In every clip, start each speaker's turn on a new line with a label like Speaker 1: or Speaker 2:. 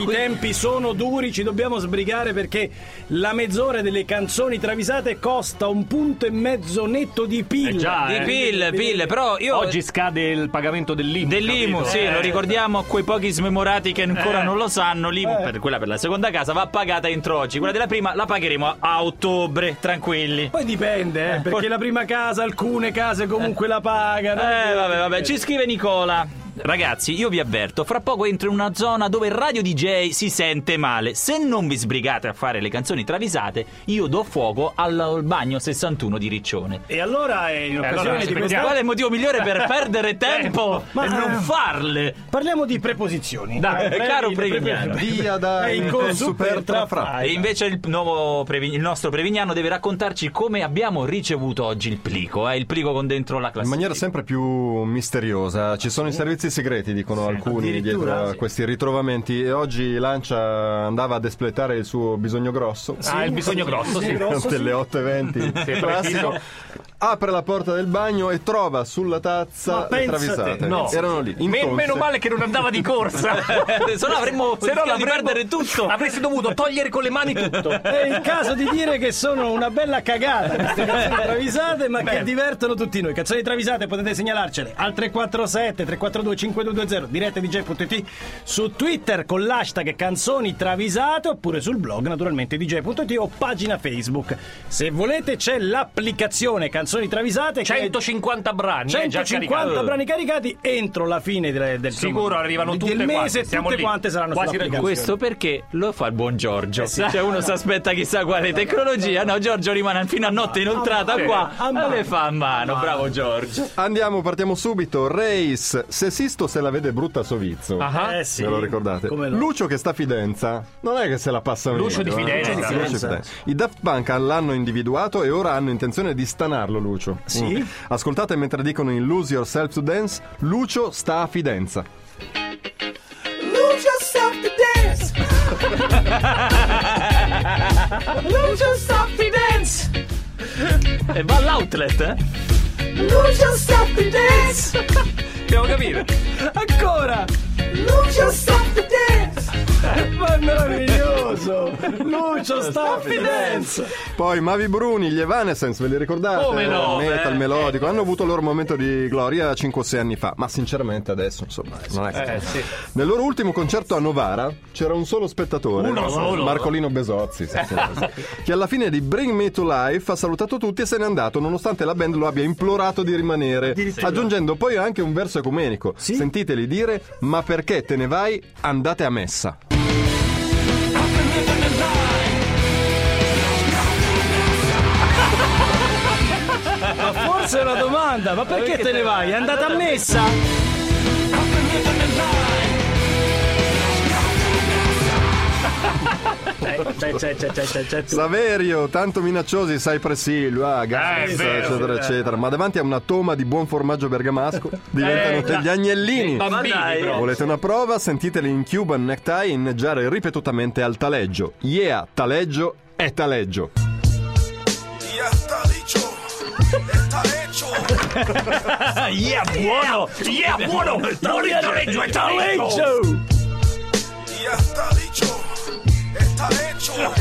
Speaker 1: I tempi sono duri, ci dobbiamo sbrigare perché la mezz'ora delle canzoni travisate costa un punto e mezzo netto di PIL.
Speaker 2: già,
Speaker 3: Di
Speaker 2: eh.
Speaker 3: PIL, PIL, però io...
Speaker 2: Oggi scade il pagamento dell'IMU.
Speaker 3: Dell'IMU,
Speaker 2: capito?
Speaker 3: sì,
Speaker 2: Eh,
Speaker 3: lo ricordiamo a quei pochi smemorati che ancora
Speaker 2: Eh.
Speaker 3: non lo sanno. L'IMU,
Speaker 1: Eh.
Speaker 3: per quella per la seconda casa, va pagata entro oggi. Quella della prima la pagheremo a- a ottobre, tranquilli.
Speaker 1: Poi dipende, eh, perché la prima casa, alcune case comunque la pagano.
Speaker 3: Eh, vabbè, vabbè, ci scrive Nicola. Ragazzi, io vi avverto, fra poco entro in una zona dove il radio DJ si sente male. Se non vi sbrigate a fare le canzoni travisate, io do fuoco al, al bagno 61 di Riccione.
Speaker 1: E allora eh, in occasione
Speaker 2: allora, Eh,
Speaker 1: di
Speaker 2: aspettiamo.
Speaker 1: questa...
Speaker 3: Qual è il motivo migliore per perdere tempo
Speaker 1: ma-
Speaker 3: e
Speaker 2: eh.
Speaker 3: non farle?
Speaker 1: Parliamo di preposizioni.
Speaker 3: Dai,
Speaker 1: Eh,
Speaker 3: caro
Speaker 1: le prepo-
Speaker 3: Prevignano.
Speaker 4: Via da
Speaker 1: È in
Speaker 4: Intel
Speaker 1: corso
Speaker 4: Super
Speaker 1: per Tra-
Speaker 4: Tra Fra.
Speaker 3: E invece il, nuovo Previ- il nostro Prevignano deve raccontarci come abbiamo ricevuto oggi il plico, eh, il plico con dentro la
Speaker 4: In
Speaker 3: classifica.
Speaker 4: maniera sempre più misteriosa, ci sono i servizi segreti, dicono alcuni
Speaker 1: addirittura,
Speaker 4: dietro a
Speaker 1: sì.
Speaker 4: questi ritrovamenti. E oggi Lancia andava ad espletare il suo bisogno grosso.
Speaker 2: Ah, il bisogno grosso, sì.
Speaker 1: grosso,
Speaker 4: delle 8.20 classico apre la porta del bagno e trova sulla
Speaker 1: Ma
Speaker 4: tazza le
Speaker 1: pensa
Speaker 4: travisate
Speaker 1: te,
Speaker 2: no.
Speaker 4: erano lì in
Speaker 2: Me-
Speaker 4: tonze.
Speaker 2: meno male che non andava di corsa.
Speaker 3: Se no avremmo
Speaker 2: Se no
Speaker 3: rischiato di
Speaker 2: l'avremmo-
Speaker 3: perdere tutto.
Speaker 2: Avresti dovuto togliere con le mani tutto.
Speaker 1: È il caso di dire che sono una bella cagata queste canzoni travisate, ma che divertono tutti noi. Canzoni travisate potete segnalarcele al 347 342 5220 direttadj.it su Twitter con l'hashtag canzoni travisate oppure sul blog naturalmente dj.it o pagina Facebook. Se volete c'è l'applicazione Canzoni travisate
Speaker 2: Cioè,
Speaker 1: che è
Speaker 2: 150 brani. eh, già
Speaker 1: 150
Speaker 2: caricato.
Speaker 1: brani caricati entro la fine del, del-
Speaker 2: Sicuro arrivano
Speaker 1: del
Speaker 2: tutte
Speaker 1: mese
Speaker 2: quante, siamo
Speaker 1: tutte
Speaker 2: lì.
Speaker 1: quante saranno
Speaker 2: Quasi
Speaker 1: sull'applicazione.
Speaker 3: Questo perché lo fa il buon Giorgio.
Speaker 1: Eh sì.
Speaker 3: Cioè, uno si aspetta chissà quale tecnologia. No, Giorgio rimane fino a
Speaker 4: Ah,
Speaker 3: notte inoltrata
Speaker 2: mano.
Speaker 3: qua.
Speaker 1: Sì. A mano.
Speaker 3: e le fa a mano. Bravo Giorgio.
Speaker 4: andiamo partiamo subito Reis se Sisto se la vede brutta Sovizzo
Speaker 2: Ah,
Speaker 1: Eh sì.
Speaker 4: Se lo ricordate?
Speaker 1: Come no.
Speaker 4: Lucio che sta a Fidenza, non è che se la passa meglio.
Speaker 2: Lucio di
Speaker 4: eh.
Speaker 2: Fidenza.
Speaker 4: Lucio di
Speaker 1: Fidenza.
Speaker 4: Fidenza. I Daft Punk l'hanno individuato e ora hanno intenzione di stanarlo, Lucio. Mm.
Speaker 1: Sì?
Speaker 4: Ascoltate mentre dicono in Lose Yourself to Dance, Lucio sta a Fidenza.
Speaker 5: Lose yourself to dance. Lose yourself to dance.
Speaker 3: E va all'outlet, eh?
Speaker 5: Lose yourself to dance.
Speaker 3: Dobbiamo capire.
Speaker 1: Ancora!
Speaker 5: Lose yourself to dance.
Speaker 1: Ma è meraviglioso! Lucio sta Fidenza!
Speaker 4: Poi Mavi Bruni, gli Evanescence, ve li ricordate?
Speaker 2: Come no,
Speaker 4: Metal,
Speaker 2: eh.
Speaker 4: melodico, hanno avuto il loro momento di gloria 5-6 anni fa, ma sinceramente adesso, insomma, non è che...
Speaker 2: Eh, sì.
Speaker 4: Nel loro ultimo concerto a Novara c'era un solo spettatore,
Speaker 2: Uno solo?
Speaker 4: Marcolino Besozzi, sì, sì, sì, che alla fine di Bring Me to Life ha salutato tutti e se n'è andato, nonostante la band lo abbia implorato di rimanere, aggiungendo poi anche un verso ecumenico. Sentiteli dire: Ma perché te ne vai? Andate a messa.
Speaker 1: Forse è una domanda, ma perché te ne vai? È andata a messa? C'è, c'è, c'è, c'è, c'è, c'è tu.
Speaker 4: Saverio, tanto minacciosi, Cypress Hill, ah, Gas,
Speaker 2: Eh, è vero,
Speaker 4: eccetera, eccetera. Ma davanti a una toma di buon formaggio bergamasco diventano
Speaker 2: Eh, già.
Speaker 4: degli agnellini.
Speaker 2: Bambini,
Speaker 3: Ma dai.
Speaker 2: però.
Speaker 4: Volete una prova? Sentiteli in Cuban Necktie inneggiare ripetutamente al taleggio. Yeah, taleggio è taleggio.
Speaker 6: Ya está dicho, está hecho.
Speaker 3: yeah, buono! Yeah, buono! Buoni Giorgio e Taleggio!
Speaker 6: Ya está dicho, está hecho.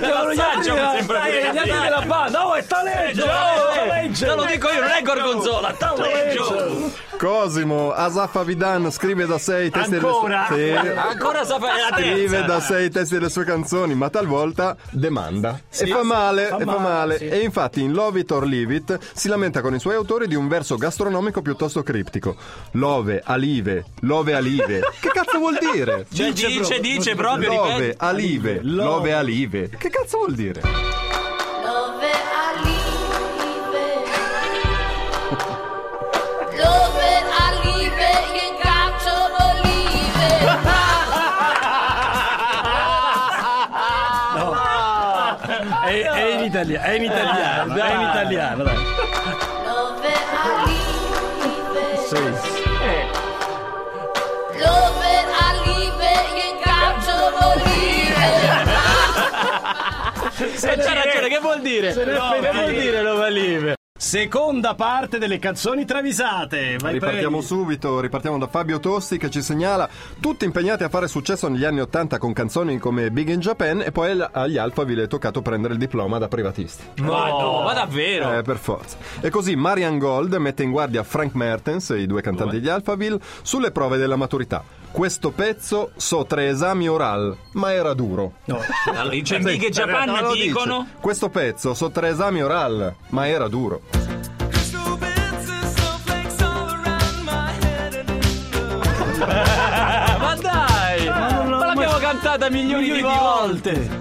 Speaker 3: Passaggio mi sembra
Speaker 1: Dai,
Speaker 3: pure
Speaker 1: gli altri
Speaker 3: capire.
Speaker 1: della banda, oh, è taleggio!
Speaker 3: Giorgio,
Speaker 1: è taleggio.
Speaker 3: Te lo dico io, non è Gorgonzola, Taleggio!
Speaker 4: Cosimo, Asafa Vidan scrive da sei testi
Speaker 2: Ancora?
Speaker 4: delle sue... Sì.
Speaker 3: Ancora sa fare la
Speaker 4: Scrive
Speaker 3: terza.
Speaker 4: da sei testi delle sue canzoni, ma talvolta demanda. e fa male, e fa male. E infatti in Love It or Leave It si lamenta con i suoi autori di un verso gastronomico piuttosto criptico. Love, alive, love, alive. che cazzo vuol dire?
Speaker 3: Cioè, dice, dice proprio,
Speaker 4: Love,
Speaker 3: ripete.
Speaker 4: alive, love, alive. Che cazzo vuol dire?
Speaker 7: Dove arrive? Dove arrive il ghiaccio d'olive?
Speaker 1: È, è in italiano, è in
Speaker 3: Ah,
Speaker 1: italiano, è in italiano, dai.
Speaker 3: Eh,
Speaker 7: Dove arrive? Dove arrive il ghiaccio d'olive?
Speaker 3: E c'ha ragione, che vuol dire?
Speaker 1: Se ne è pentito.
Speaker 3: Che vuol dire Love Alive?
Speaker 1: seconda parte delle canzoni travisate. Vai
Speaker 4: Ripartiamo
Speaker 1: Previ.
Speaker 4: subito, ripartiamo da Fabio Tosti che ci segnala tutti impegnati a fare successo negli anni 80 con canzoni come Big in Japan e poi al- agli Alphaville è toccato prendere il diploma da privatisti.
Speaker 3: Ma no, ma davvero?
Speaker 4: Eh, per forza. E così Marian Gold mette in guardia Frank Mertens, i due cantanti di Alphaville, sulle prove della maturità. Questo pezzo so tre esami oral, ma era duro.
Speaker 3: Allora, I Jambi che Japan
Speaker 4: No, lo dice.
Speaker 3: dicono...
Speaker 4: Questo pezzo so tre esami oral, ma era duro.
Speaker 3: Ah, ma dai! Ma,
Speaker 1: non l'ho
Speaker 3: l'abbiamo
Speaker 1: mai-
Speaker 3: cantata milioni, di volte!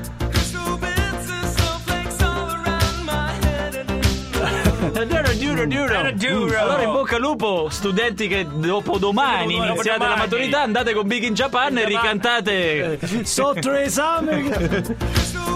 Speaker 3: È Duro, duro, duro.
Speaker 2: Era duro.
Speaker 3: Allora in bocca al lupo, studenti che dopo domani
Speaker 2: Dopo
Speaker 3: iniziate la
Speaker 2: domani.
Speaker 3: maturità, andate con Big in Japan e ricantate
Speaker 1: Sotto esame.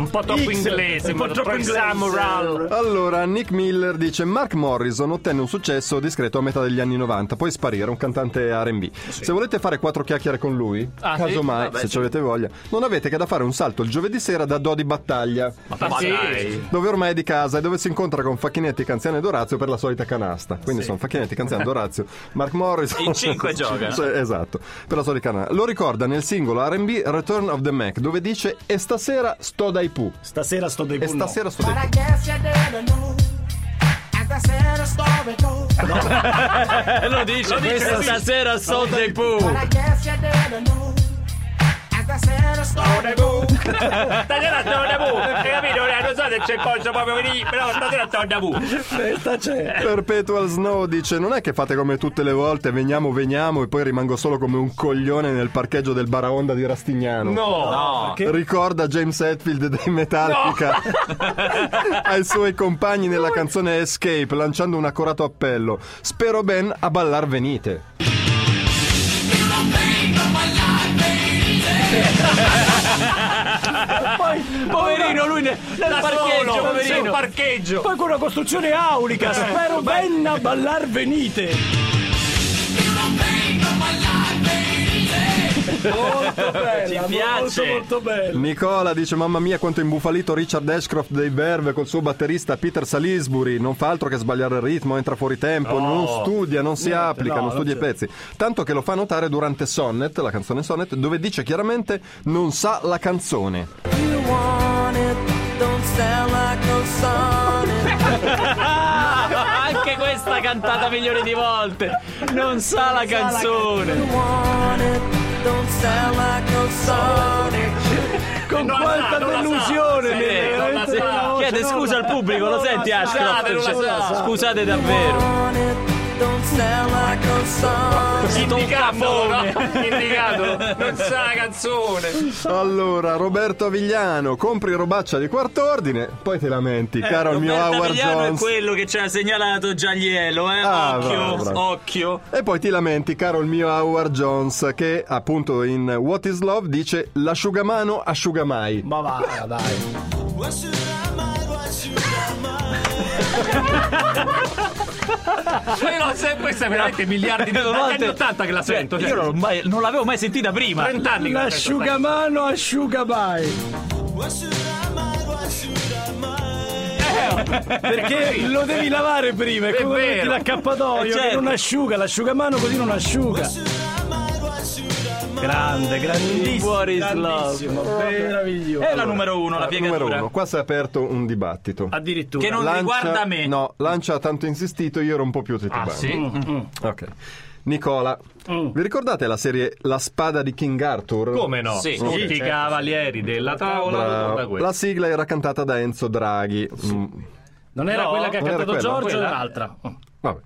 Speaker 2: Un po' troppo inglese, un po' troppo inglese.
Speaker 4: Allora, Nick Miller dice: Mark Morrison ottenne un successo discreto a metà degli anni 90, poi sparire, un cantante RB. Se volete fare quattro chiacchiere con lui,
Speaker 2: Ah, sì?
Speaker 4: casomai,
Speaker 2: Vabbè,
Speaker 4: se ci avete voglia, non avete che da fare un salto il giovedì sera da Dodi Battaglia,
Speaker 2: Ma sì.
Speaker 4: dove ormai è di casa e dove si incontra con Facchinetti, Canziano ed Orazio per la solita canasta. Quindi sono Facchinetti, Canziano ed Orazio, Mark Morrison.
Speaker 3: In cinque giocano.
Speaker 4: Sì, esatto, per la solita canasta. Lo ricorda nel singolo RB Return of the Mac, dove dice: E stasera sto dai Pooh.
Speaker 1: Stasera sto dei
Speaker 4: E
Speaker 1: punno.
Speaker 4: stasera sto dai
Speaker 5: But I guess you didn't know. As I said, the story goes.
Speaker 3: E lo dice, questa stasera sono dei
Speaker 5: But
Speaker 3: Pooh.
Speaker 5: I guess you didn't know. As I said, the story goes.
Speaker 2: Stasera sto da bu. Hai eh, capito? Ora Non so se c'è il posto proprio lì, però stasera sto da bu.
Speaker 1: Questa c'è.
Speaker 4: Perpetual Snow dice: Non è che fate come tutte le volte, veniamo, veniamo, e poi rimango solo come un coglione nel parcheggio del Baraonda di Rastignano.
Speaker 3: Oh,
Speaker 2: No.
Speaker 1: che-
Speaker 4: Ricorda James Hetfield dei Metallica ai suoi compagni nella canzone Escape, lanciando un accorato appello. Spero ben a ballar venite.
Speaker 3: Poverino, lui nel, nel parcheggio,
Speaker 2: Parcheggio, poverino.
Speaker 3: poverino.
Speaker 2: parcheggio.
Speaker 1: Poi con una costruzione aulica. Spero ben a ballar venite. Molto bella, molto
Speaker 3: piace.
Speaker 1: molto bella.
Speaker 4: Nicola dice: Mamma mia, quanto è imbufalito Richard Ashcroft dei Verve col suo batterista Peter Salisbury. Non fa altro che sbagliare il ritmo, entra fuori tempo, non studia, non si applica,
Speaker 1: no,
Speaker 4: non studia i
Speaker 1: non
Speaker 4: pezzi. Tanto che lo fa notare durante Sonnet, la canzone Sonnet, dove dice chiaramente: Non sa la canzone.
Speaker 3: Ah, anche questa cantata milioni di volte. Non sa la canzone.
Speaker 1: Con
Speaker 2: Non la sa,
Speaker 1: quanta
Speaker 2: non la sa.
Speaker 1: delusione.
Speaker 2: Sì,
Speaker 1: nel-
Speaker 2: non la
Speaker 1: veramente
Speaker 2: sa.
Speaker 1: nella voce,
Speaker 3: Chiede
Speaker 1: no,
Speaker 3: scusa
Speaker 1: no.
Speaker 3: al pubblico, lo
Speaker 1: Non la
Speaker 3: senti
Speaker 1: sa,
Speaker 3: Ashcroft?
Speaker 1: non la sa.
Speaker 3: Scusate davvero.
Speaker 2: Indicato, no? Indicato. Non sa la canzone.
Speaker 4: Allora, Roberto Avigliano, compri robaccia di quart'ordine, poi ti lamenti, caro il mio
Speaker 3: Eh, Roberto
Speaker 4: Howard
Speaker 3: Avigliano è
Speaker 4: Jones.
Speaker 3: quello che ci ha segnalato Giaglielo, eh?
Speaker 4: Ah,
Speaker 3: occhio,
Speaker 4: bravo, bravo.
Speaker 3: occhio.
Speaker 4: E poi ti lamenti, caro il mio Howard Jones, che appunto in What is Love dice l'asciugamano asciuga mai.
Speaker 1: Ma va, dai.
Speaker 2: Ma io l'ho sempre, questa è veramente miliardi di
Speaker 3: Lo
Speaker 2: Cioè, volte. Cioè,
Speaker 3: notte-
Speaker 2: anni 80 che la sento.
Speaker 3: Cioè, Io non, l'ho mai- non l'avevo mai sentita prima.
Speaker 2: 30 anni che la sento. sai.
Speaker 1: L'asciugamano asciuga mai. Eh, Perché lo devi lavare prima, è come metti
Speaker 2: vero.
Speaker 1: l'accappatoio
Speaker 3: Eh, certo.
Speaker 1: che non asciuga, l'asciugamano così non asciuga. Grande, grandissimo.
Speaker 3: What is
Speaker 1: grandissimo, meraviglioso.
Speaker 3: È la numero uno, la
Speaker 4: Numero
Speaker 3: piegatura.
Speaker 4: uno, qua si è aperto un dibattito.
Speaker 1: Addirittura.
Speaker 3: Che Ah, non riguarda me.
Speaker 4: No, Lancia ha tanto insistito, io ero un po' più titubante.
Speaker 2: Ah,
Speaker 3: Mm,
Speaker 2: Sì. Mm.
Speaker 4: Ok. Nicola, vi ricordate la serie La spada di King Arthur?
Speaker 2: Come no?
Speaker 3: Sì.
Speaker 2: Tutti i cavalieri della tavola. guarda
Speaker 4: Bravo.
Speaker 2: quello.
Speaker 4: La sigla era cantata da Enzo Draghi. Mm,
Speaker 1: Non era
Speaker 2: No,
Speaker 1: quella che ha
Speaker 4: non era
Speaker 1: cantato
Speaker 4: quella.
Speaker 1: Giorgio,
Speaker 2: Quella?
Speaker 1: era un'altra.
Speaker 4: Vabbè.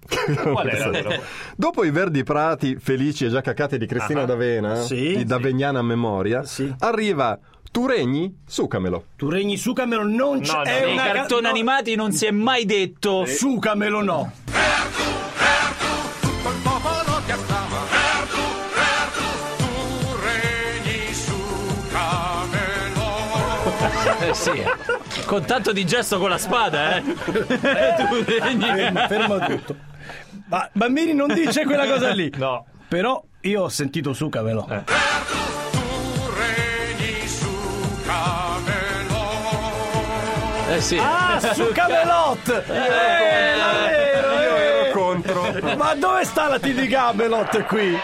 Speaker 2: Qual era? allora?
Speaker 4: Dopo i verdi prati felici e già cacati di Cristina D'Avena,
Speaker 1: Ah. Sì.
Speaker 4: di D'Avegnana memoria,
Speaker 1: Sì.
Speaker 4: arriva Tu regni, sucamelo.
Speaker 1: Tu regni sucamelo, non c'è.
Speaker 2: no,
Speaker 1: è
Speaker 2: no.
Speaker 3: Nei
Speaker 1: una ca-
Speaker 3: cartoni
Speaker 1: no,
Speaker 3: animati non si è mai detto.
Speaker 1: Sucamelo no.
Speaker 6: col popolo che acclama Ertu, Ertu, tu regni su Camelot
Speaker 3: Eh, sì. Con tanto di gesto con la spada, eh. tu regni.
Speaker 1: Fermo, fermo tutto. Ma Bambini non dice quella cosa lì.
Speaker 2: No.
Speaker 1: Però io ho sentito sucamelo.
Speaker 6: Tu regni su Camelot
Speaker 8: Eh sì.
Speaker 1: Ah, su Camelot! Eh, davvero,
Speaker 4: Io
Speaker 1: eh.
Speaker 4: ero contro.
Speaker 1: Ma dove sta la T di Camelot qui?